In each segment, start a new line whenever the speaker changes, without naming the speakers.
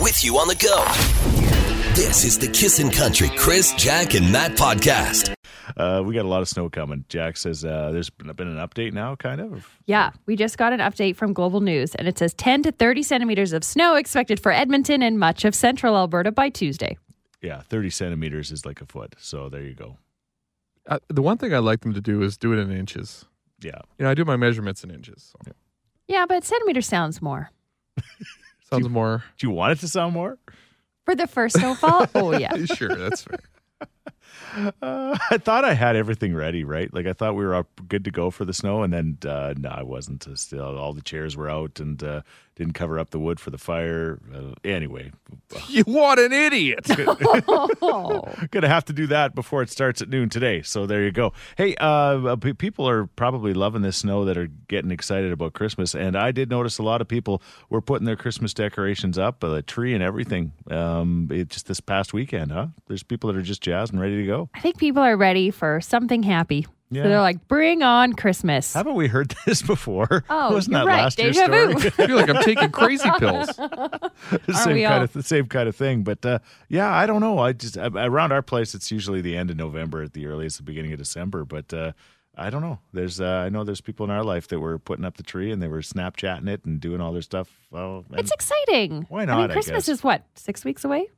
with you on the go. This is the Kissin' Country Chris, Jack, and Matt podcast.
Uh, we got a lot of snow coming. Jack says uh, there's been been an update now, kind of.
Yeah, we just got an update from Global News, and it says 10 to 30 centimeters of snow expected for Edmonton and much of central Alberta by Tuesday.
Yeah, 30 centimeters is like a foot. So there you go.
Uh, the one thing I like them to do is do it in inches.
Yeah.
You know, I do my measurements in inches. So
Yeah, but centimeter sounds more.
Sounds more.
Do you want it to sound more?
For the first snowfall? oh, yeah.
sure, that's fair.
Uh, I thought I had everything ready, right? Like I thought we were up good to go for the snow, and then uh, no, I wasn't. Uh, Still, all the chairs were out, and uh, didn't cover up the wood for the fire. Uh, anyway,
You what an idiot!
Oh.
gonna have to do that before it starts at noon today. So there you go. Hey, uh, p- people are probably loving this snow that are getting excited about Christmas, and I did notice a lot of people were putting their Christmas decorations up, uh, the tree and everything. Um, it just this past weekend, huh? There's people that are just jazzed and ready to go.
I think people are ready for something happy.
Yeah.
So they're like, bring on Christmas.
Haven't we heard this before?
Oh,
wasn't
you're
that
right.
last year's
Deja
story?
vu.
I feel like I'm taking crazy pills.
the same
we
kind
all?
of the same kind of thing. But uh, yeah, I don't know. I just I, around our place, it's usually the end of November at the earliest, the beginning of December. But uh, I don't know. There's uh, I know there's people in our life that were putting up the tree and they were Snapchatting it and doing all their stuff. Well, and-
It's exciting.
Why
I
not,
mean,
I
Christmas
guess.
is what, six weeks away?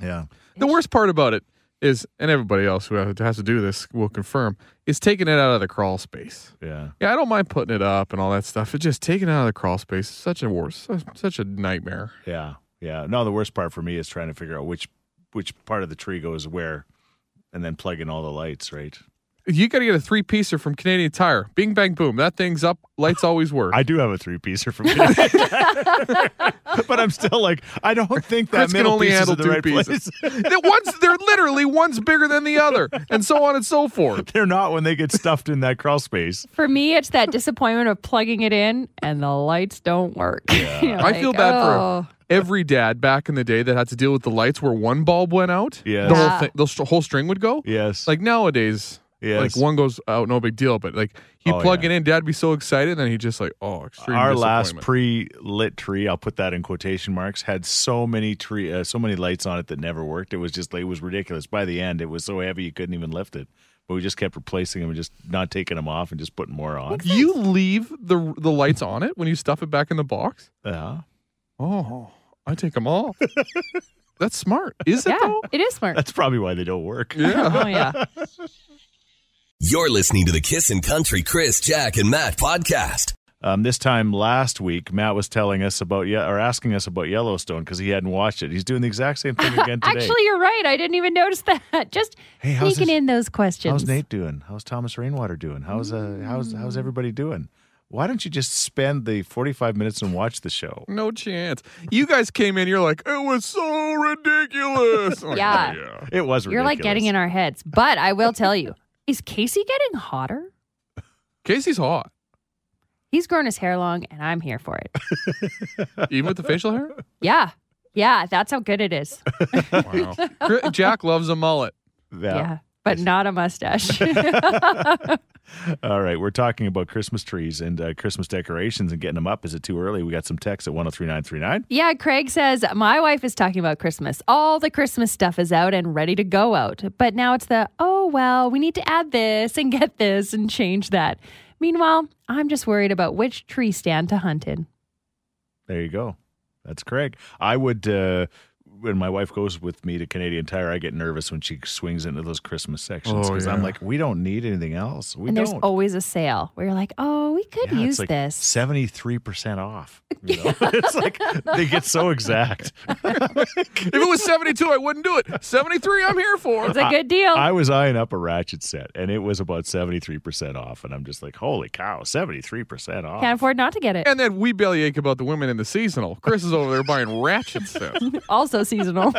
yeah,
The worst part about it is, and everybody else who has to do this will confirm, is taking it out of the crawl space.
yeah.
Yeah, I don't mind putting it up and all that stuff. It's just taking it out of the crawl space is such a war, such, such a nightmare.
Yeah, yeah. No, the worst part for me is trying to figure out which which part of the tree goes where, and then plugging all the lights. Right.
You got to get a three piecer from Canadian Tire. Bing, bang, boom. That thing's up. Lights always work.
I do have a three piecer from Canadian Tire. but I'm still like, I don't think that
Chris can
middle
only
piece is
handle
in the
two
right
pieces.
place.
That one's, they're literally one's bigger than the other, and so on and so forth.
They're not when they get stuffed in that crawl space.
For me, it's that disappointment of plugging it in and the lights don't work. You're
I feel
like,
bad
"Oh."
for every dad back in the day that had to deal with the lights where one bulb went out.
Yes.
The
Yeah.
whole, thing, the st- whole string would go.
Yes.
Like nowadays,
Yes.
like one goes out, no big deal. But like he'd
Oh,
plug
yeah.
it in, dad'd be so excited, and then he'd just like, oh, extreme
our last
disappointment.
pre lit tree, I'll put that in quotation marks, had so many tree, uh, so many lights on it that never worked. It was just like, it was ridiculous. By the end, it was so heavy you couldn't even lift it. But we just kept replacing them and just not taking them off and just putting more on.
You leave the the lights on it when you stuff it back in the box.
Uh-huh.
Oh, I take them off. That's smart, is it
Yeah,
though?
it is smart.
That's probably why they don't work.
oh, yeah.
You're listening to the Kissin' Country Chris, Jack, and Matt podcast.
Um, this time last week, Matt was telling us about, yeah, or asking us about Yellowstone because he hadn't watched it. He's doing the exact same thing again today.
Actually, you're right. I didn't even notice that. Just
Hey, how's
sneaking
this-
in those questions. Mm.
How's Nate doing? How's Thomas Rainwater doing? How's uh, how's how's everybody doing? Why don't you just spend the forty five minutes and watch the show?
No chance. You guys came in, you're like, it was so ridiculous. I'm like,
Yeah.
"Oh, yeah.
It was ridiculous.
You're like getting in our heads. But I will tell you, is Casey getting hotter?
Casey's hot,
He's grown his hair long, and I'm here for it.
even with the facial hair.
Yeah. Yeah, that's how good it is.
Wow. Cri- Jack loves a mullet.
Yeah.
Yeah.
But not a mustache.
All right, we're talking about Christmas trees and uh, Christmas decorations and getting them up. Is it too early? We got some texts at one zero three nine three nine.
yeah, Craig says, My wife is talking about Christmas. All the Christmas stuff is out and ready to go out. But now it's the, oh, well, we need to add this and get this and change that. Meanwhile, I'm just worried about which tree stand to hunt in.
There you go. That's Craig. I would. Uh, when my wife goes with me to Canadian Tire, I get nervous when she swings into those Christmas sections
Oh,
because I'm
yeah.
like, we don't need anything else. We
and
don't.
there's always a sale where you're like, oh, we could
Yeah,
use
it's like
this.
Seventy three percent off. you know? it's like they get so exact.
If it was 72, I wouldn't do it. 73, I'm here for.
It's a good deal.
I was eyeing up a ratchet set, and it was about seventy three percent off, and I'm just like, holy cow, seventy three percent off.
Can't afford not to get it.
And then we bellyache about the women in the seasonal. Chris is over there buying ratchet stuff.
also seasonal.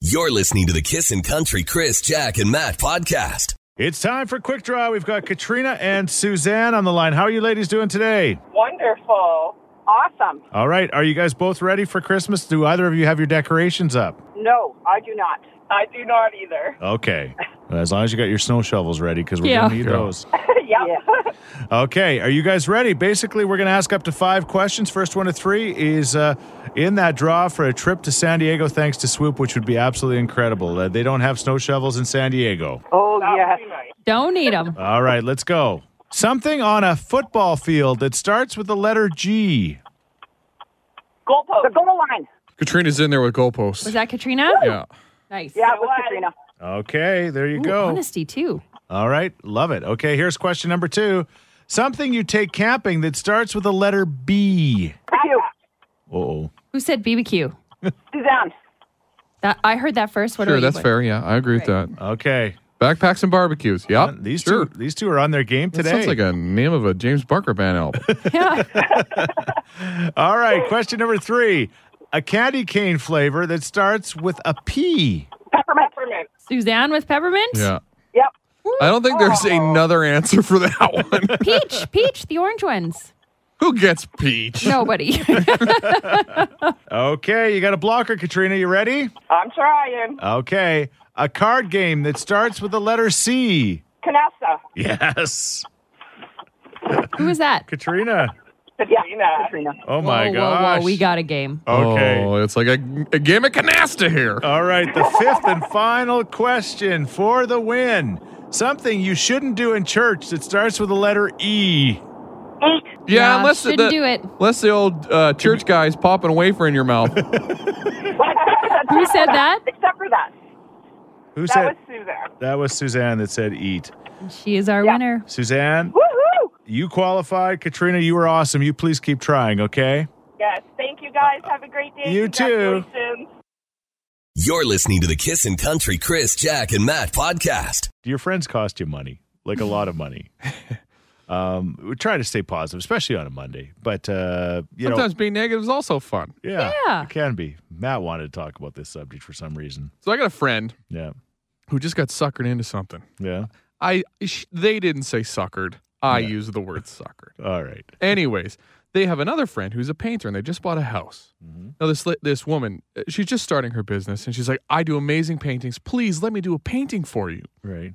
You're listening to the Kissin' Country Chris, Jack, and Matt podcast.
It's time for quick draw. We've got Katrina and Suzanne on the line. How are you ladies doing today?
Wonderful. Awesome.
All right, are you guys both ready for Christmas? Do either of you have your decorations up?
No, I do not. I do not either.
Okay, as long as you got your snow shovels ready, because we're
Yeah.
gonna need those.
Yep.
Okay, are you guys ready? Basically, we're going to ask up to five questions. First one to three is uh, in that draw for a trip to San Diego thanks to Swoop, which would be absolutely incredible. Uh, they don't have snow shovels in San Diego.
Oh, yes.
Don't need them.
All right, let's go. Something on a football field that starts with the letter G.
Goalpost. The goal line.
Katrina's in there with goalposts.
Was that Katrina?
yeah.
Nice.
Yeah,
Ooh,
it was Katrina.
Okay, there you go.
Honesty too.
All right, love it. Okay, here's question number two. Something you take camping that starts with the letter B.
Thank
Oh,
Who said BBQ?
you. Suzanne.
That I heard that first. What
Sure,
are
that's
you
fair. Yeah, I agree with that.
okay.
Backpacks and barbecues. Yep.
Uh, These
sure.
two, these two are on their game
That
today.
sounds like a name of a James Barker band album.
Yeah.
All right, question number three. A candy cane flavor that starts with a P.
Peppermint. Peppermint.
Suzanne with peppermint.
yeah.
Yep.
I don't think there's another answer for that one.
Peach, peach, the orange ones.
Who gets peach?
Nobody.
Okay, you got a blocker, Katrina. You ready?
I'm trying.
Okay. A card game that starts with the letter C.
Canasta.
Yes.
Who was that?
Katrina.
Katrina. Katrina.
Oh my
whoa,
gosh. Uh,
Whoa, whoa, we got a game.
Okay.
Oh, it's like a, a game of canasta here.
Oh.
All right, the fifth and final question for the win. Something you shouldn't do in church that starts with the letter E.
Eat.
yeah, unless the,
shouldn't do it.
unless the old uh, church guy's popping a wafer in your mouth.
Who said that?
Except for that.
Who
That
said
was Suzanne.
that was Suzanne that said eat.
She is our
Yeah.
winner.
Suzanne,
Woohoo.
you qualified. Katrina, you were awesome. You please keep trying, okay?
Yes. Thank you guys. Have a great day.
You too.
Congratulations.
You're listening to the Kissin' Country Chris, Jack, and Matt podcast.
Do your friends cost you money? Like a lot of money. Um, we try to stay positive, especially on a Monday. But uh, you
Sometimes being negative is also fun.
know, yeah,
Yeah.
it can be. Matt wanted to talk about this subject for some reason.
So I got a friend
Yeah,
who just got suckered into something.
yeah.
I sh- they didn't say suckered. I used the word suckered.
All right.
Anyways, they have another friend who's a painter and they just bought a house. Now this li- this woman, uh, she's just starting her business and she's like, "I do amazing paintings. Please let me do a painting for you."
Right.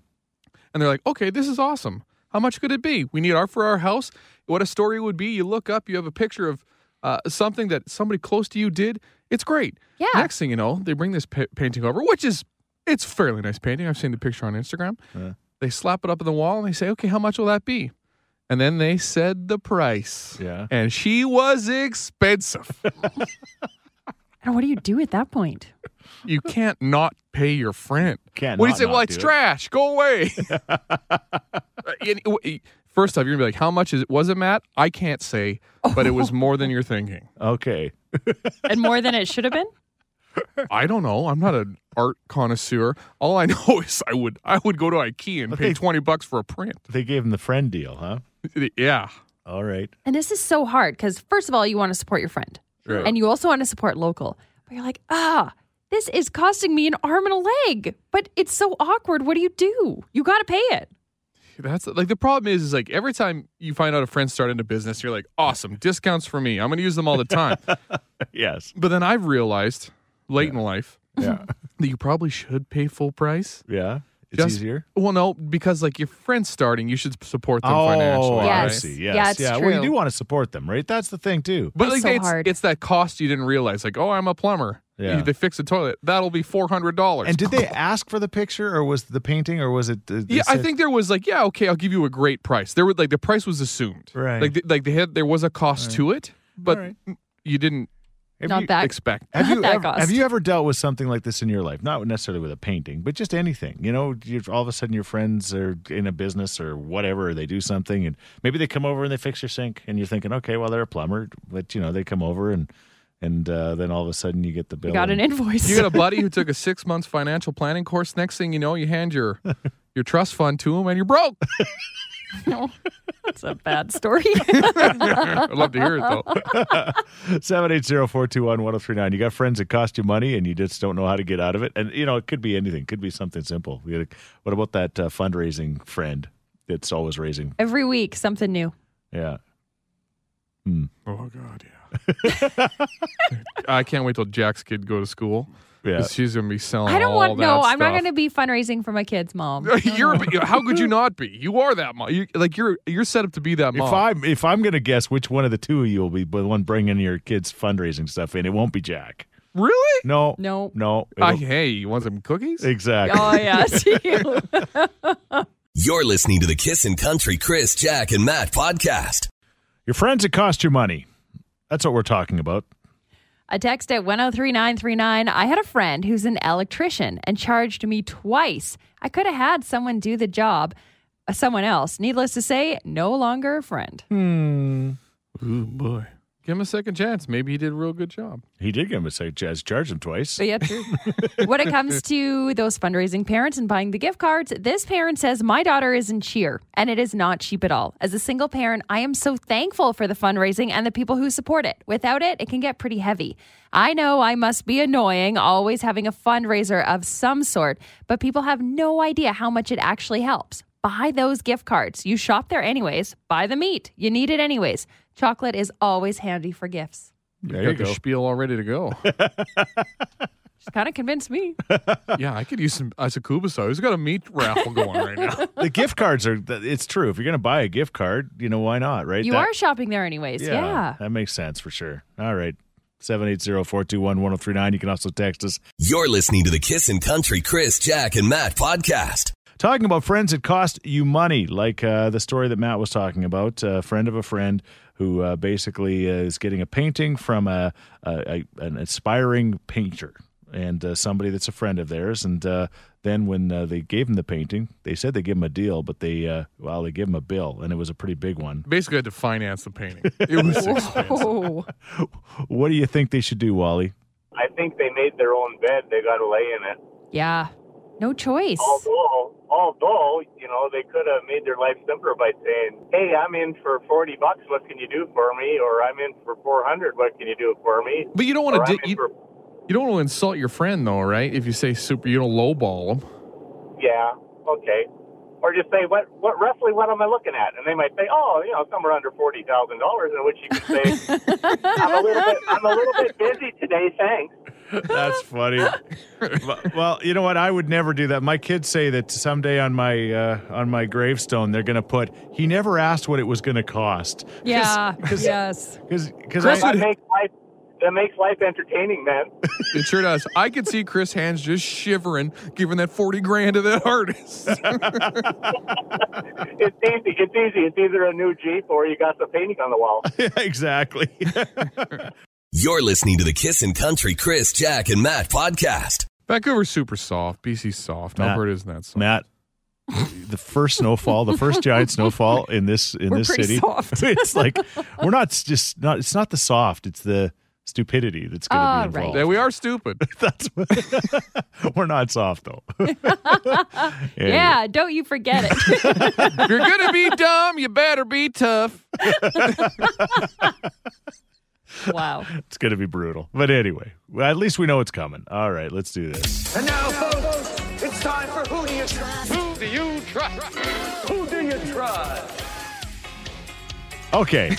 And they're like, "Okay, this is awesome. How much could it be? We need art for our house. What a story it would be. You look up, you have a picture of uh, something that somebody close to you did. It's great.
Yeah.
Next thing you know, they bring this pa- painting over, which is it's a fairly nice painting. I've seen the picture on Instagram.
Yeah.
They slap it up on the wall and they say, "Okay, how much will that be?" And then they said the price.
Yeah.
And she was expensive.
And what do you do at that point?
you can't not pay your friend.
Can't
What do you
not
say?
not
Well,
do
it's
it.
trash. Go away. Uh, And it- it- First off, you're gonna be like, "How much is it? Was it Matt? I can't say, but it was
Oh.
more than you're thinking.
Okay.
And more than it should have been?
I don't know. I'm not an art connoisseur. All I know is I would I would go to IKEA and
But
pay
they-
twenty bucks for a print.
They gave him the friend deal, huh?
Yeah,
All right.
And this is so hard because, first of all, you want to support your friend.
Sure.
And you also want to support local. But you're like, ah, this is costing me an arm and a leg. But it's so awkward. What do you do? You got to pay it.
that's like the problem is is like every time you find out a friend started a business, you're like, "Awesome discounts for me. I'm gonna use them all the time."
Yes.
but then I've realized late in life
Yeah.
that you probably should pay full price.
yeah. It's
Just-
easier.
Well, no, because like your friend's starting, you should support them
Oh,
financially.
I
Yes.
right?
see. Yes.
Yeah, it's
Well, you
true.
do want to support them, right? That's the thing too.
But
That's
like
so
it's,
hard.
it's that cost you didn't realize. Like, oh, I'm a plumber.
Yeah.
They fix a toilet. That'll be four hundred dollars.
And did they ask for the picture, or was the painting, or was it? uh, they
Yeah, I
said-
think there was like, yeah, okay, I'll give you a great price. There was like the price was assumed.
Right.
Like, th- like they had there was a cost to it, but
All right.
you didn't
Have
Not
you-
that.
expect.
Have
Not
you,
that
ever,
cost.
have you ever dealt with something like this in your life? Not necessarily with a painting, but just anything. You know, you all of a sudden your friends are in a business or whatever, or they do something, and maybe they come over and they fix your sink, and you're thinking, okay, well they're a plumber, but you know they come over and and uh, then all of a sudden you get the bill.
You got an
and-
invoice.
You got a buddy who took a six months financial planning course. Next thing you know, you hand your your trust fund to him, and you're broke.
no, that's a bad story.
I'd love to hear it though.
780-421-1039. You got friends that cost you money and you just don't know how to get out of it. And, you know, it could be anything. It could be something simple. You're like, What about that uh, fundraising friend that's always raising?
Every week, something new.
Yeah.
Oh God, yeah. I can't wait till Jack's kid go to school,
Yeah.
She's gonna be selling.
I don't
all
want.
that
No, I'm not
stuff.
going to be fundraising for my kids, mom. Oh,
you're how could you not be? You are that mom. You, like you're you're set up to be that
If
mom.
I'm if I'm gonna guess which one of the two of you will be the one bringing your kids fundraising stuff in, it won't be Jack.
really?
No,
No.
no.
Uh,
it'll-
hey, you want some cookies?
exactly.
Oh yeah, see you.
You're listening to the Kissin' Country Chris, Jack, and Matt podcast.
Your friends that cost you money. That's what we're talking about.
A text at 103939. I had a friend who's an electrician and charged me twice. I could have had someone do the job, uh, someone else. Needless to say, no longer a friend.
Ooh boy. Give him a second chance. Maybe he did a real good job.
He did give him a say Jazz charge him twice.
But yeah, true. when it comes to those fundraising parents and buying the gift cards, this parent says, My daughter is in cheer, and it is not cheap at all. As a single parent, I am so thankful for the fundraising and the people who support it. Without it, it can get pretty heavy. I know I must be annoying, always having a fundraiser of some sort, but people have no idea how much it actually helps. Buy those gift cards. You shop there anyways. Buy the meat. You need it anyways. Chocolate is always handy for gifts.
There
got
you
the
go.
spiel all ready to go.
She's kind of convinced me.
yeah, I could use some Isakubaso. He's got a meat raffle going right now.
the gift cards are. th- It's true. If you're gonna buy a gift card, you know why not, right?
You
That-
are shopping there anyways. yeah.
That makes sense for sure. All right. 780-421-1039. You can also text us.
You're listening to the Kissin' Country Chris, Jack, and Matt podcast.
Talking about friends that cost you money, like uh, the story that Matt was talking about, a friend of a friend who uh, basically uh, is getting a painting from a, a, a an aspiring painter and uh, somebody that's a friend of theirs. And uh, then when uh, they gave him the painting, they said they gave him a deal, but they uh, well they gave him a bill, and it was a pretty big one.
Basically, I had to finance the painting. It was expensive.
Oh,
What do you think they should do, Wally?
I think they made their own bed. They got to lay in it.
yeah. No choice.
Although, although, you know, they could have made their life simpler by saying, "Hey, I'm in for forty bucks. What can you do for me?" Or "I'm in for four hundred. What can you do for me?"
But you don't
Or,
want to
"I'm
di-
in
you,
for-"
you don't want to insult your friend though, right? If you say super, you don't lowball him.
yeah, okay. Or just say, "What, what roughly? What am I looking at?" And they might say, "Oh, you know, somewhere under forty thousand dollars." In which you could say, "I'm a little bit, I'm a little bit busy today. Thanks."
That's funny. Well- well, you know what? I would never do that. My kids say that someday on my uh, on my gravestone they're going to put he never asked what it was going to cost.
Yeah.
Because
yes.
because
Chris
I,
That makes life, that makes life entertaining, man.
It sure does. I could see Chris Hands just shivering, giving that forty grand to that artist.
It's easy. It's easy. It's either a new Jeep or you got the painting on the wall.
exactly.
You're listening to the Kissin' Country Chris, Jack, and Matt podcast.
Vancouver's super soft. BC's soft.
Matt.
Alberta isn't that soft.
Matt, the first snowfall, the first giant snowfall in this in
We're
this
pretty
city.
soft.
it's like we're not s- just not. It's not the soft. It's the stupidity that's going to be
Ah, right.
involved.
Yeah, we are stupid.
That's what, we're not soft though.
Yeah. Don't you forget it.
if you're gonna be dumb, you better be tough.
wow.
It's going to be brutal. But anyway, well, at least we know it's coming. All right, let's do this.
And now, folks, it's time for Who Do You Trust? Who do you trust? Who do you trust?
Okay.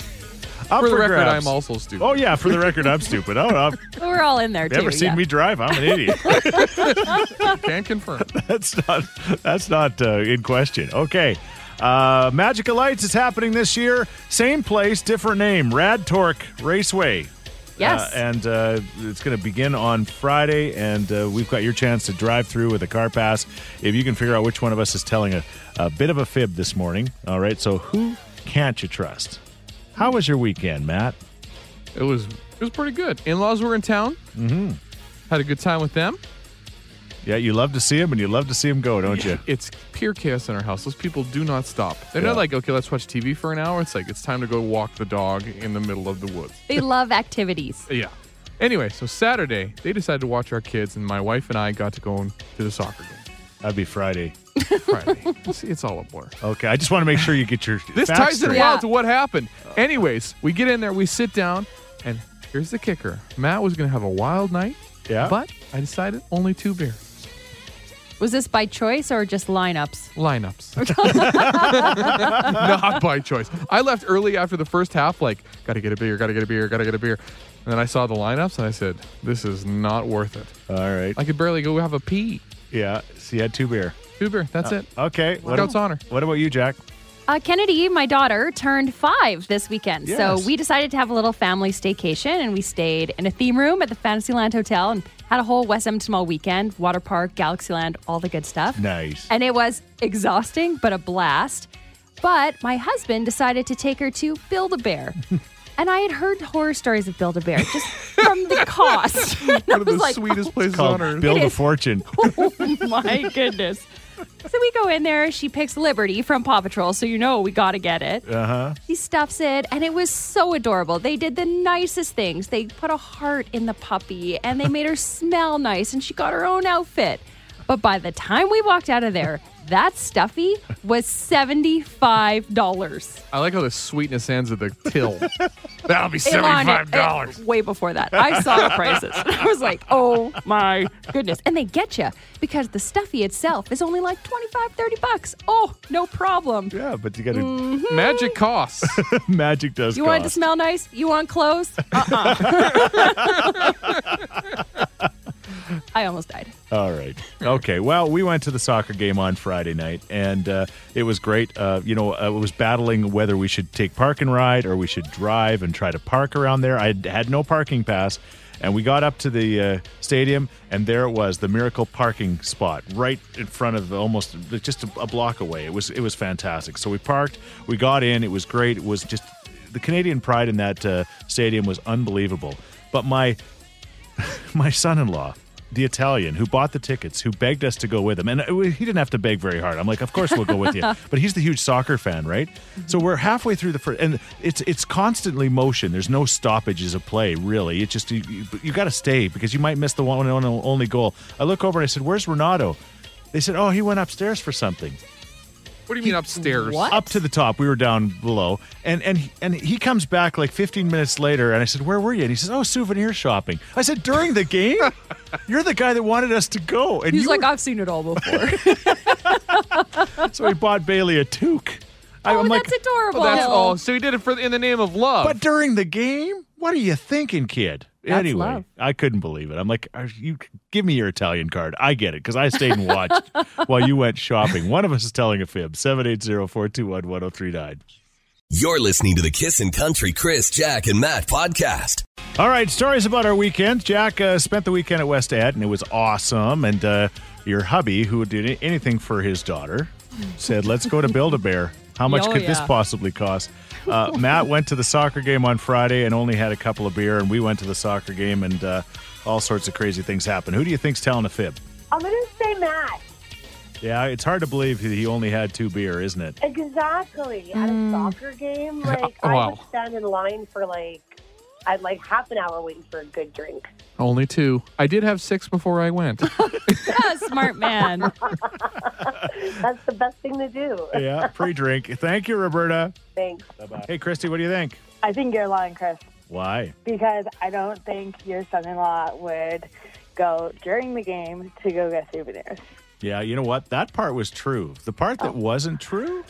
Up
For the record,
grabs.
I'm also stupid.
Oh, yeah, for the record, I'm stupid. Oh, I've
We're all in there too.
never seen
yeah.
me drive. I'm an idiot.
Can confirm.
that's not, that's not uh, in question. Okay. Uh, Magic of Lights is happening this year. Same place, different name. Rad Torque Raceway.
Yes.
Uh, and uh, it's going to begin on Friday, and uh, we've got your chance to drive through with a car pass. If you can figure out which one of us is telling a, a bit of a fib this morning. All right, so who can't you trust? How was your weekend, Matt?
It was it was pretty good. In-laws were in town. Mm-hmm. Had a good time with them.
Yeah, you love to see him, and you love to see him go, don't you?
It's pure chaos in our house. Those people do not stop. They're
Yeah.
not like, okay, let's watch TV for an hour. It's like it's time to go walk the dog in the middle of the woods.
they love activities.
Yeah. Anyway, so Saturday they decided to watch our kids, and my wife and I got to go and to the soccer game.
That'd be Friday.
Friday. it's, it's all a blur.
Okay, I just want to make sure you get your
This
facts
ties in
straight.
Yeah.
well to what happened. Anyways, we get in there, we sit down, and here's the kicker: Matt was going to have a wild night.
Yeah.
But I decided only two beers.
Was this by choice or just lineups?
Lineups. Not by choice. I left early after the first half, like, gotta get a beer, gotta get a beer, gotta get a beer. And then I saw the lineups and I said, this is not worth it.
All right.
I could barely go have a pee.
Yeah. So you had two beer.
Uber, that's it.
Okay. What,
Scout's honor.
what about you, Jack?
Uh, Kennedy, my daughter, turned five this weekend.
Yes.
So we decided to have a little family staycation and we stayed in a theme room at the Fantasyland Hotel and had a whole West Edmonton Mall weekend, water park, Galaxyland, all the good stuff.
Nice.
And it was exhausting, but a blast. But my husband decided to take her to Build a Bear. and I had heard horror stories of Build a Bear just from the cost. And I
One of the
was like, "Oh,
sweetest places on
Called
earth.
Build a
is-
Fortune.
oh my goodness. So we go in there. She picks Liberty from Paw Patrol, so you know we got to get it. Uh huh. She stuffs it, and it was so adorable. They did the nicest things. They put a heart in the puppy, and they made her smell nice, and she got her own outfit. But by the time we walked out of there, that stuffy was seventy-five dollars.
I like how the sweetness ends at the till.
That'll be
$75. eh, Way before that. I saw the prices. I was like, oh my goodness. And they get you because the stuffy itself is only like 25, 30 bucks. Oh, no problem.
Yeah, but you got to
Magic costs.
magic does.
Mm. You want it to
cost.
smell nice? You want clothes? Uh-uh. I almost died.
All right. Okay. Well, we went to the soccer game on Friday night, and uh, it was great. Uh, you know, I was battling whether we should take park and ride or we should drive and try to park around there. I had no parking pass, and we got up to the uh, stadium, and there it was, the miracle parking spot, right in front of almost just a, a block away. It was it was fantastic. So we parked, we got in, it was great. It was just the Canadian pride in that uh, stadium was unbelievable. But my my son-in-law the italian who bought the tickets who begged us to go with him and uh, he didn't have to beg very hard i'm like of course we'll go with you but he's the huge soccer fan right so we're halfway through the first and it's it's constantly motion there's no stoppages of play really it's just you, you, you got to stay because you might miss the one and only goal i look over and i said where's renato they said oh he went upstairs for something
What do you mean upstairs?
What?
up to the top. We were down below, and and he- and he comes back like 15 minutes later, and I said, "Where were you?" And he says, "Oh, souvenir shopping." I said, "During the game? You're the guy that wanted us to go." And
He's
you
like, I've seen it all before.
were- so he bought Bailey a toque. I,
oh,
I'm like,
that's adorable.
Well, that's all. So he did it for in the name of love.
but during the game? What are you thinking, kid?
That's
anyway,
love.
I couldn't believe it. I'm like, are you give me your Italian card. I get it because I stayed and watched while you went shopping. One of us is telling a fib. 780-421-1039.
You're listening to the Kissin' Country Chris, Jack, and Matt podcast.
All right, stories about our weekend. Jack uh, spent the weekend at West Ed, and it was awesome. And uh, your hubby, who did anything for his daughter, said, "Let's go to Build a Bear." How much
Oh,
could this
yeah.
possibly cost? Uh, Matt went to the soccer game on Friday and only had a couple of beer, and we went to the soccer game, and uh, all sorts of crazy things happened. Who do you think's telling a fib?
I'm going to say Matt.
Yeah, it's hard to believe he only had two beer, isn't it?
Exactly. At
Mm.
a soccer game, like, I
wow.
would stand in line for like, I'd like half an hour waiting for a good drink.
Only two. I did have six before I went.
Yeah, smart man.
That's the best thing to do.
Yeah, pre-drink. Thank you, Roberta.
Thanks.
Hey, Christy, what do you think?
I think you're lying, Chris,
Why?
because I don't think your son-in-law would go during the game to go get souvenirs.
Yeah, you know what? That part was true. The part that wasn't true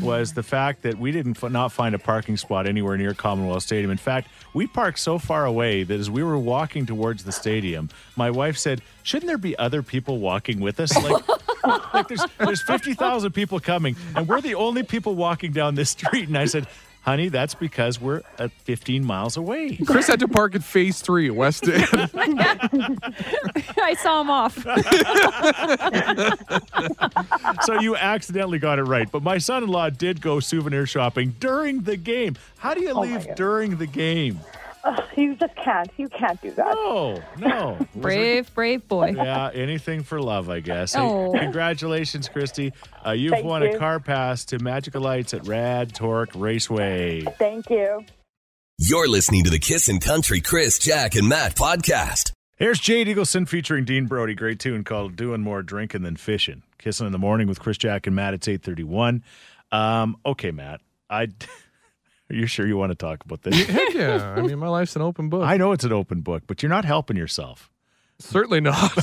was the fact that we didn't f- not find a parking spot anywhere near Commonwealth Stadium. In fact, we parked so far away that as we were walking towards the stadium, my wife said, "Shouldn't there be other people walking with us?" Like, like there's there's fifty thousand people coming, and we're the only people walking down this street. And I said. Honey, that's because we're at 15 miles away.
Chris had to park at phase three, West End.
I saw him off.
So you accidentally got it right. But my son in law did go souvenir shopping during the game. How do you leave during the game?
You just can't. You can't do that.
No, no. Was it-
Brave, brave boy.
Yeah, anything for love, I guess. Hey,
Oh.
congratulations, Christy. Uh, you've
Thank
won a
you.
car pass to Magical Lights at Rad Torque Raceway.
Thank you.
You're listening to the Kissin' Country Chris, Jack, and Matt podcast.
Here's Jade Eagleson featuring Dean Brody. Great tune called "Doing More Drinking Than Fishing." Kissing in the morning with Chris Jack and Matt. It's eight thirty-one. Um, okay, Matt. I. Are you sure you want to talk about this?
Heck yeah. I mean, my life's an open book.
I know it's an open book, but you're not helping yourself.
Certainly not.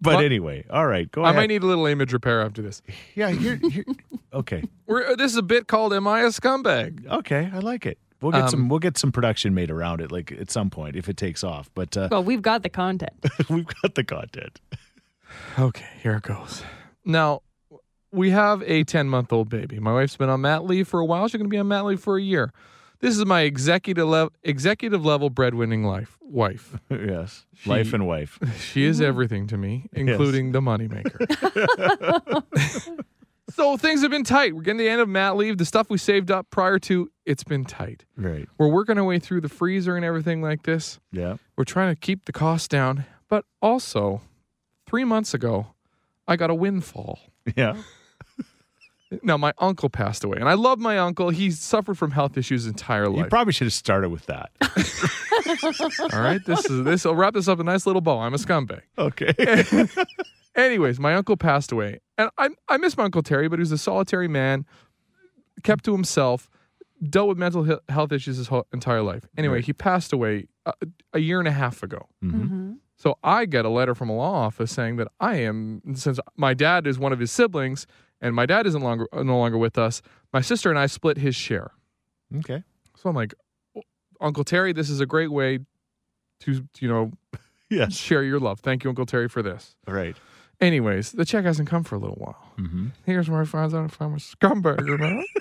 But
Well-
anyway, all right, go
I
ahead.
might need a little image repair after this.
yeah, here, here. okay,
We're, this is a bit called Am I a Scumbag?
okay, I like it. We'll get
Um,
some. We'll get some production made around it, like at some point if it takes off. But uh,
Well, we've got the content.
we've got the content.
Okay, here it goes. Now, we have a 10 month old baby. My wife's been on mat leave for a while. She's going to be on mat leave for a year. This is my executive level, executive level breadwinning life wife.
yes, life and wife.
She is everything to me, including the moneymaker. so things have been tight. We're getting to the end of mat leave. The stuff we saved up prior to, it's been tight.
Right.
We're working our way through the freezer and everything like this.
Yeah.
We're trying to keep the cost down. But also, three months ago, I got a windfall.
Yeah.
Now, my uncle passed away, and I love my uncle. He suffered from health issues his entire
You
life.
probably should have started with that.
All right, this is this. I'll wrap this up in a nice little bow. I'm a scumbag.
Okay.
Anyways, my uncle passed away, and I I miss my uncle Terry, but he was a solitary man, kept to himself, dealt with mental he- health issues his whole entire life. Anyway, he passed away a, a year and a half ago. So I get a letter from a law office saying that I am since my dad is one of his siblings, and my dad isn't longer no longer with us. My sister and I split his share.
okay.
So I'm like, "Oh, Uncle Terry, this is a great way to, you know,
Yes.
share your love. Thank you, Uncle Terry, for this.
Right.
Anyways, the check hasn't come for a little while.
Mm-hmm.
Here's where I finds out if I'm a scumbag or not.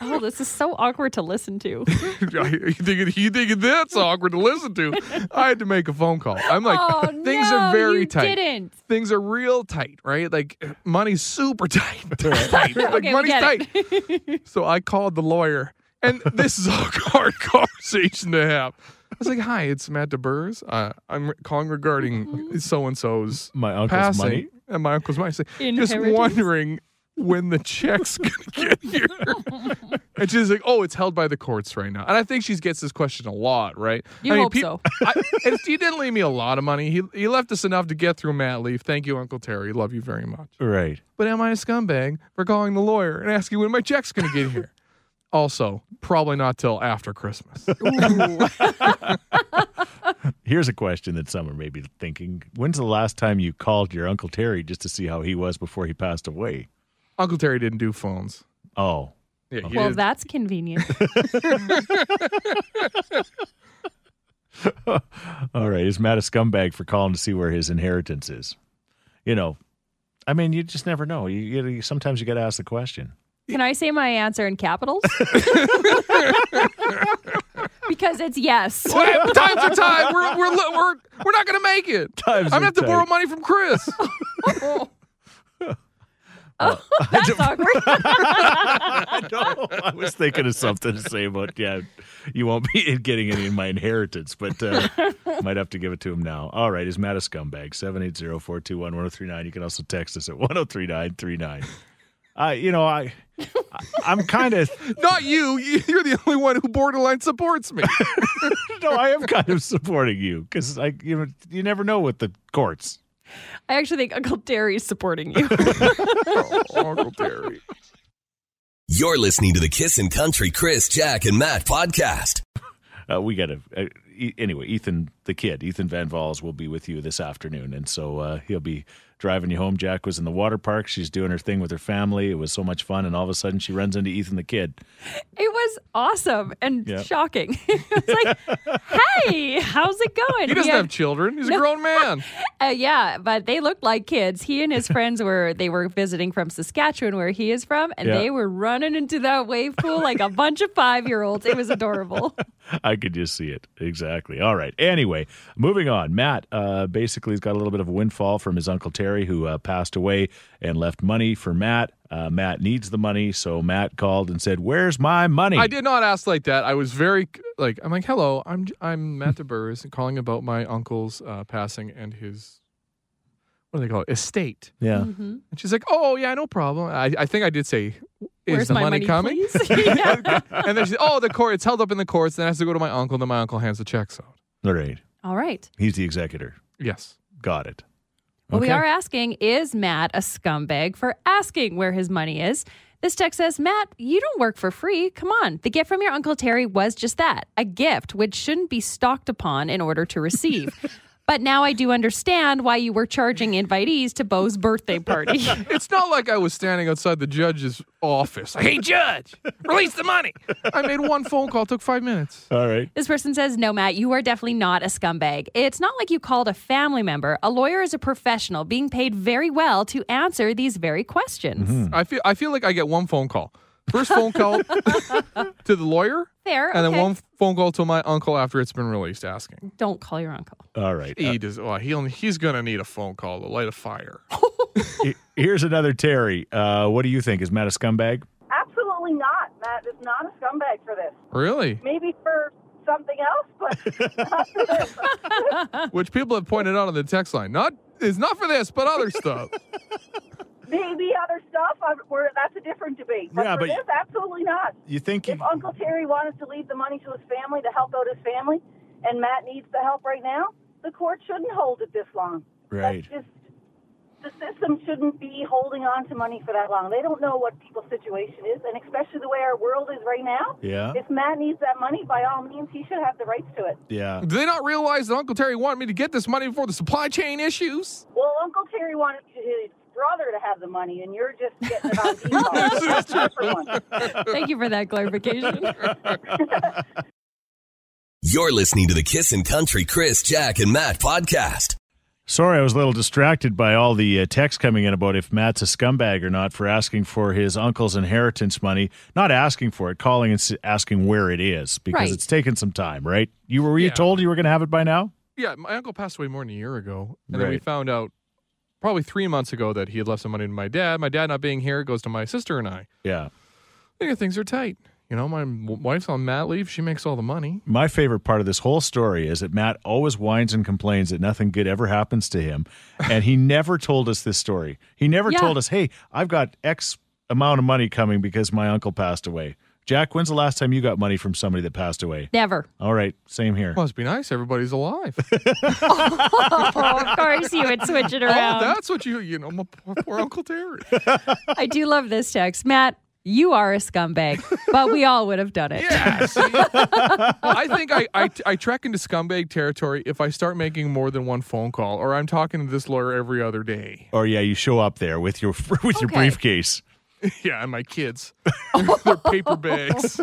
Oh, this is so awkward to listen to.
you, think, you think that's awkward to listen to? I had to make a phone call. I'm like,
oh,
things
no,
are very
you
tight.
Didn't.
Things are real tight, right? Like uh, money's super tight. Tight. like
Okay, we
money's
get
tight.
it.
So I called the lawyer, and this is a hard conversation to have. I was like, "Hi, it's Matt DeBurs. Uh, I'm re- calling
Mm-hmm.
regarding so and so's
My uncle's
passing
money.
and my uncle's money. I said, Just
Inheritance.
wondering when the check's gonna get here." and she's like, "Oh, it's held by the courts right now." And I think she gets this question a lot, right?
You
I mean,
hope
peop-
so.
I, and he didn't leave me a lot of money. He he left us enough to get through Matt leave. Thank you, Uncle Terry. Love you very much
Right.
but am I a scumbag for calling the lawyer and asking when my check's going to get here? also, probably not till after Christmas.
Here's a question that some are maybe thinking: When's the last time you called your uncle Terry just to see how he was before he passed away?
Uncle Terry didn't do phones.
Oh.
Yeah, he
Well,
did.
that's convenient.
All right. Is Matt a scumbag for calling to see where his inheritance is? You know, I mean, you just never know. You, you sometimes you got to ask the question.
Can I say my answer in capitals? because it's yes.
Well, times are tight. We're, we're, li- we're, we're not going to make it.
Times
I'm
are
going to have to
tight.
borrow money from Chris.
That's awkward.
I know. I was thinking of something to say about yeah, you won't be getting any of my inheritance, but uh, might have to give it to him now. All right, is Matt a scumbag? 780-421-1039. You can also text us at 103939. Uh, you know, I, I I'm kind of
Not you. You- You're the only one who borderline supports me.
no, I am kind of supporting you because I you know you never know with the courts.
I actually think Uncle Terry's supporting you.
oh, Uncle Terry.
You're listening to the Kissin' Country Chris, Jack, and Matt podcast.
Uh, we got to uh, e- anyway. Ethan, the kid, Ethan Van Valls, will be with you this afternoon, and so uh, he'll be driving you home. Jack was in the water park. She's doing her thing with her family. It was so much fun, and all of a sudden, she runs into Ethan, the kid.
It was awesome and
Yeah.
shocking. it's like, hey, how's it going?
He doesn't
had-
have children. He's a grown man.
Uh, yeah, but they looked like kids. He and his friends were they were visiting from Saskatchewan, where he is from, and
Yeah.
they were running into that wave pool like a bunch of five year olds. It was adorable.
I could just see it exactly. All right. Anyway, moving on. Matt uh, basically has got a little bit of a windfall from his uncle Terry, who uh, passed away and left money for Matt. Uh, Matt needs the money, so Matt called and said, "Where's my money?"
I did not ask like that. I was very like I'm like hello. I'm I'm Matt DeBurs and calling about my uncle's uh, passing and his what do they call it estate.
Yeah.
Mhm.
And she's like, oh yeah, no problem. I, I think I did say, is
Where's
the
my
money, coming?
please? Yeah.
and then she's oh the court it's held up in the courts. Then it has to go to my uncle. Then my uncle hands the checks out.
All right.
All right.
He's the executor.
Yes.
Got it.
Well, we
Okay.
are asking is Matt a scumbag for asking where his money is? This text says, Matt, you don't work for free. Come on. The gift from your Uncle Terry was just that a gift, which shouldn't be stocked upon in order to receive. But now I do understand why you were charging invitees to Bo's birthday party.
It's not like I was standing outside the judge's office. Like, hey, judge, release the money. I made one phone call, took five minutes.
All right.
This person says, No, Matt, you are definitely not a scumbag. It's not like you called a family member. A lawyer is a professional being paid very well to answer these very questions.
I feel I feel like I get one phone call. First phone call to the lawyer,
Fair.
and then
okay.
one phone call to my uncle after it's been released, asking.
Don't call your uncle.
All right.
He does. Oh, he'll, he's gonna need a phone call to light a fire.
He- Here's another Terry. Uh, what do you think? Is Matt a scumbag?
Absolutely not. Matt is not a scumbag for this.
Really?
Maybe for something else, but
Which people have pointed out on the text line. Not it's not for this, but other stuff.
maybe other stuff. I'm, we're, that's a different debate. But
Yeah,
for
but-
this, absolutely not.
You think you,
If Uncle Terry wanted to leave the money to his family to help out his family, and Matt needs the help right now, the court shouldn't hold it this long.
Right.
That's just the system shouldn't be holding on to money for that long. They don't know what people's situation is, and especially the way our world is right now.
Yeah.
If Matt needs that money, by all means, he should have the rights to it.
Yeah.
Do they not realize that Uncle Terry wanted me to get this money before the supply chain issues?
Well, Uncle Terry wanted his brother to have the money, and you're just getting it on default. That's a different one.
Thank you for that clarification.
You're listening to the Kissin' Country Chris, Jack, and Matt podcast.
Sorry, I was a little distracted by all the uh, texts coming in about if Matt's a scumbag or not for asking for his uncle's inheritance money. Not asking for it, calling and s- asking where it is because
Right.
it's taken some time, right? You were, were you
Yeah.
told you were going to have it by now?
Yeah, my uncle passed away more than a year ago, and then we
Right.
found out probably three months ago that he had left some money to my dad. My dad not being here goes to my sister and I.
Yeah.
Yeah, things are tight. You know, my w- wife's on mat leave. She makes all the money.
My favorite part of this whole story is that Matt always whines and complains that nothing good ever happens to him. And he never told us this story. He never
Yeah.
told us, hey, I've got X amount of money coming because my uncle passed away. Jack, when's the last time you got money from somebody that passed away?
Never.
All right, same here.
Must be nice. Everybody's alive.
Oh, of course you would switch it
Oh,
around.
that's what you, you know, my poor, poor Uncle Terry.
I do love this text. Matt, you are a scumbag, but we all would have done it.
Yeah. see? I think I, I, I trek into scumbag territory if I start making more than one phone call or I'm talking to this lawyer every other day.
Or yeah, you show up there with your with your
Okay.
briefcase.
Yeah, and my kids, their paper bags.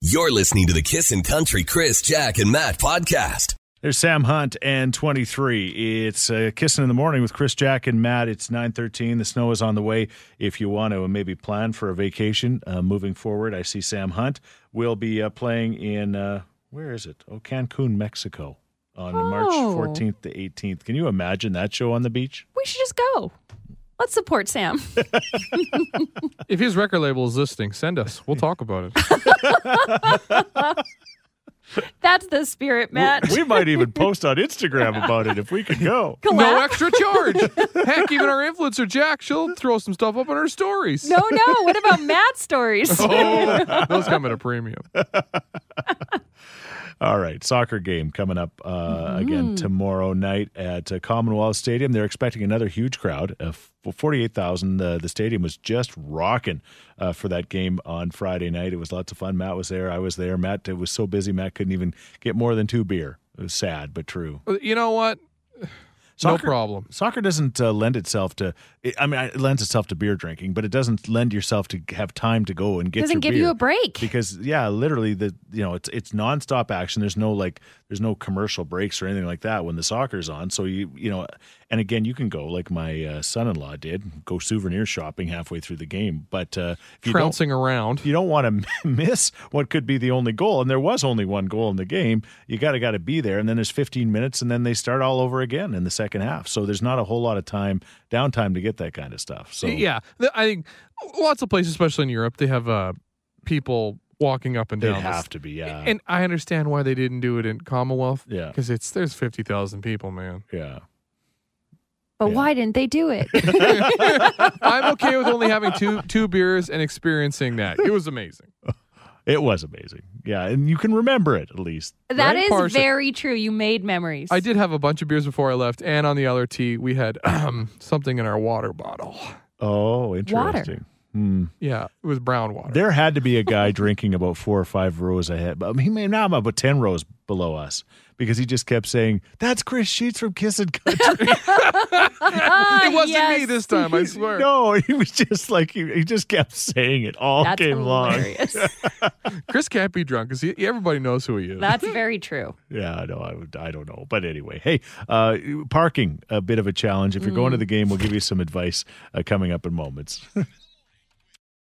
You're listening to the Kissin' Country Chris, Jack, and Matt podcast.
There's Sam Hunt and 23. It's uh, kissing in the morning with Chris, Jack, and Matt. It's 9:13. The snow is on the way. If you want to maybe plan for a vacation uh, moving forward, I see Sam Hunt will be uh, playing in uh, where is it? Oh, Cancun, Mexico, on March
Oh.
14th to 18th. Can you imagine that show on the beach?
We should just go. Let's support Sam.
If his record label is listening, send us. We'll talk about it.
That's the spirit, Matt.
We might even post on Instagram about it if we could go.
No
Collab?
extra charge. Heck, even our influencer, Jack, she'll throw some stuff up on her stories.
No, no. What about Matt's stories?
Oh, those come at a premium.
All right, soccer game coming up uh,
Mm-hmm.
again tomorrow night at uh, Commonwealth Stadium. They're expecting another huge crowd, uh, f- forty-eight thousand. The the stadium was just rocking uh, for that game on Friday night. It was lots of fun. Matt was there. I was there. Matt uh, was so busy. Matt couldn't even get more than two beer. It was sad but true.
You know what? No
Soccer-
problem.
Soccer doesn't uh, lend itself to. I mean, it lends itself to beer drinking, but it doesn't lend yourself to have time to go and get.
Doesn't
your
give
beer
you a break.
because yeah, literally the you know it's it's nonstop action. There's no like there's no commercial breaks or anything like that when the soccer's on. So you you know, and again you can go like my uh, son-in-law did, go souvenir shopping halfway through the game. But uh, if you don't
Trouncing around.
you don't want to miss what could be the only goal, and there was only one goal in the game. You got to got to be there, and then there's 15 minutes, and then they start all over again in the second half. So there's not a whole lot of time downtime to get that kind of stuff. So
Yeah, Th- I think lots of places, especially in Europe, they have uh, people walking up and
They'd
down. the
have
s-
to be, yeah.
And I understand why they didn't do it in Commonwealth.
Yeah.
because it's there's fifty thousand people, man.
yeah.
But
Yeah.
why didn't they do it?
I'm okay with only having two two beers and experiencing that. It was amazing.
It was amazing. Yeah. And you can remember it at least.
That
Right,
is
Parson?
very true. You made memories.
I did have a bunch of beers before I left, um, and on the LRT we had something in our water bottle.
Oh, interesting.
Yeah, it was brown water.
There had to be a guy drinking about four or five rows ahead, but he may now I'm about ten rows below us because he just kept saying, "That's Chris Sheets from Kiss and Country."
Ah,
it wasn't me
yes.
this time, I swear.
no, he was just like he, he just kept saying it all
That's
game long.
hilarious.
Chris can't be drunk because everybody knows who he is.
That's very true.
Yeah, I know. I, would- I don't know. But anyway, hey, uh, parking a bit of a challenge. If you're going to
Mm.
the game, we'll give you some advice uh, coming up in moments.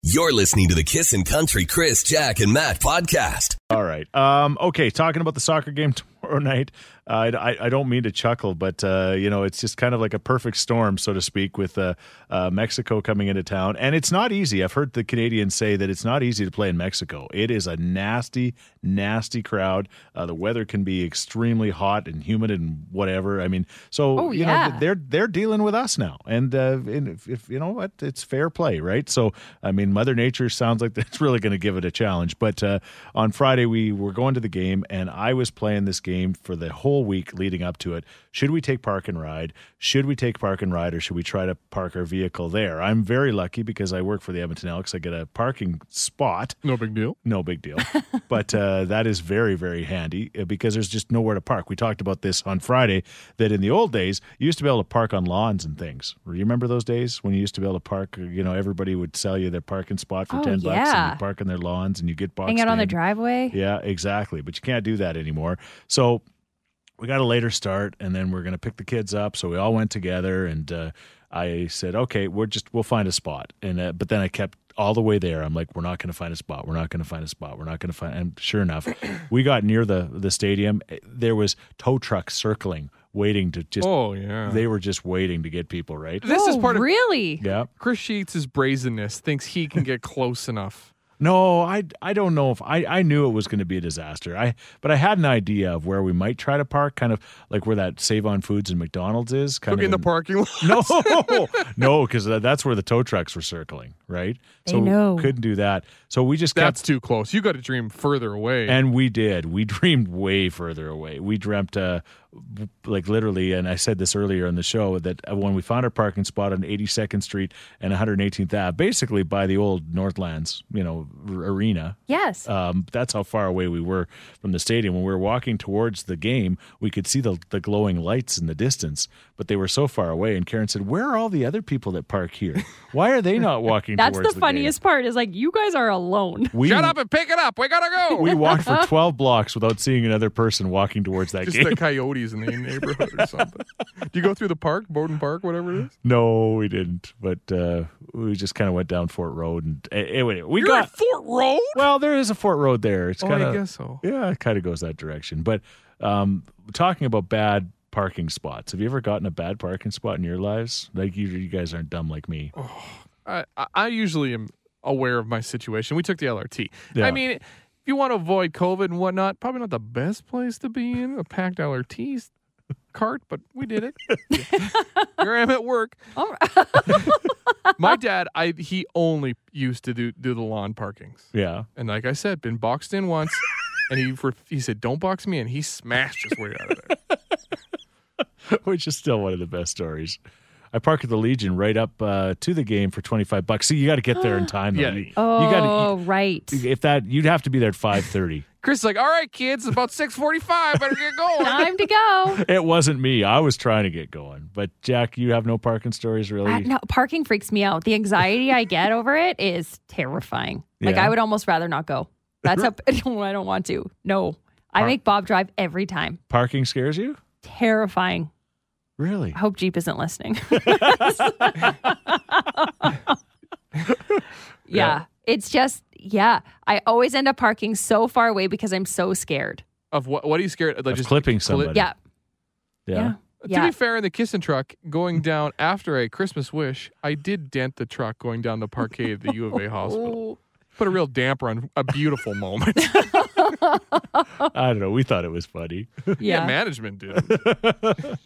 You're listening to the Kissin' Country Chris, Jack, and Matt podcast.
All right. Um, okay. Talking about the soccer game tomorrow night. Uh, I, I- I don't mean to chuckle, but uh, you know it's just kind of like a perfect storm, so to speak, with uh, uh, Mexico coming into town, and it's not easy. I've heard the Canadians say that it's not easy to play in Mexico. It is a nasty, nasty crowd. Uh, the weather can be extremely hot and humid and whatever. I mean, so
Oh,
you know
yeah.
they're they're dealing with us now, and, uh, and if, if you know what, it's fair play, right? So I mean, Mother Nature sounds like that's really going to give it a challenge. But uh, on Friday we were going to the game, and I was playing this game for the whole week leading up to it. Should we take park and ride? Should we take park and ride, or should we try to park our vehicle there? I'm very lucky because I work for the Edmonton Elks. I get a parking spot
no big deal.
no big deal. but uh, that is very, very handy uh, because there's just nowhere to park. We talked about this on Friday that in the old days, you used to be able to park on lawns and things. You remember those days when you used to be able to park? uh, You know, everybody would sell you their parking spot for
Oh,
10 bucks and
yeah.
you park on their lawns and you get boxed
Hang out on the
in.
driveway.
Yeah, exactly. But you can't do that anymore. So we got a later start, and then we're going to pick the kids up. So we all went together, and uh, I said, "Okay, we're just we'll find a spot." And uh, but then I kept all the way there. I'm like, "We're not going to find a spot. We're not going to find a spot. We're not going to find." And sure enough, we got near the the stadium. Eh, There was tow trucks circling, waiting to just.
Oh yeah.
They were just waiting to get people right.
this is
Oh,
part of
really?
Yeah.
Chris Sheets' brazenness. Thinks he can get close enough.
No, I I don't know if I I knew it was going to be a disaster. I but I had an idea of where we might try to park, kind of like where that Save on Foods and McDonald's is, kind
Look
of
in the parking lot.
No, no, because that's where the tow trucks were circling, right?
They
so
know.
couldn't do that. So we just kept
That's too close. You got to dream further away.
and we did. We dreamed way further away. We dreamt, uh, like literally, and I said this earlier in the show that uh, when we found our parking spot on 82nd Street and 118th Ave, basically by the old Northlands, you know, r- arena,
Yes.
um, that's how far away we were from the stadium. When we were walking towards the game, we could see the, the glowing lights in the distance, but they were so far away. And Karen said, Where are all the other people that park here? Why are they not walking
That's
towards
the funniest part is like you guys are alone.
Game? We,
Shut up and pick it up. We gotta go.
We walked for 12 blocks without seeing another person walking towards that
just
game.
the coyotes in the neighborhood or something. Do you go through the park, Bowden Park, whatever it is?
no, we didn't. But uh, we just kind of went down Fort Road. And a- anyway, we
You're
got.
at Fort Road.
well, there is a Fort Road there. It's
Oh,
kind of.
I guess so.
Yeah, it kind of goes that direction. But um, talking about bad parking spots, have you ever gotten a bad parking spot in your lives? Like you, you guys aren't dumb like me.
I, I- I usually am aware of my situation. We took the LRT.
Yeah.
I mean, if you want to avoid COVID and whatnot, probably not the best place to be in a packed LRT cart, but we did it. Here I am at work.
All
My dad, I he only used to do do the lawn parkings,
Yeah,
and like I said, been boxed in once, and he for, he said, "Don't box me in." He smashed his way out of there.
which is still one of the best stories. I parked at the Legion right up uh, to the game for twenty five bucks. See, you got to get there in time. though.
Yeah.
You- you
Oh,
got
right.
to. If that, you'd have to be there at five thirty.
Chris is like, "All right, kids, it's about six forty-five. Better get going."
Time to go.
it wasn't me. I was trying to get going. But Jack, you have no parking stories, really.
Uh, no, parking freaks me out. The anxiety I get over it is terrifying. Like
Yeah.
I would almost rather not go. That's how I don't want to. No. I make Bob drive every time.
Parking scares you,
Terrifying.
really?
I hope Jeep isn't listening. yeah. It's just, yeah. I always end up parking so far away because I'm so scared.
Of what? What are you scared? Like
Of clipping somebody.
Yeah.
yeah.
Yeah.
To be fair, in the kissing truck going down after a Christmas wish, I did dent the truck going down the parkade of the U of A hospital.
Ooh.
Put a real damper on a beautiful moment.
I don't know. We thought it was funny.
Yeah.
management did.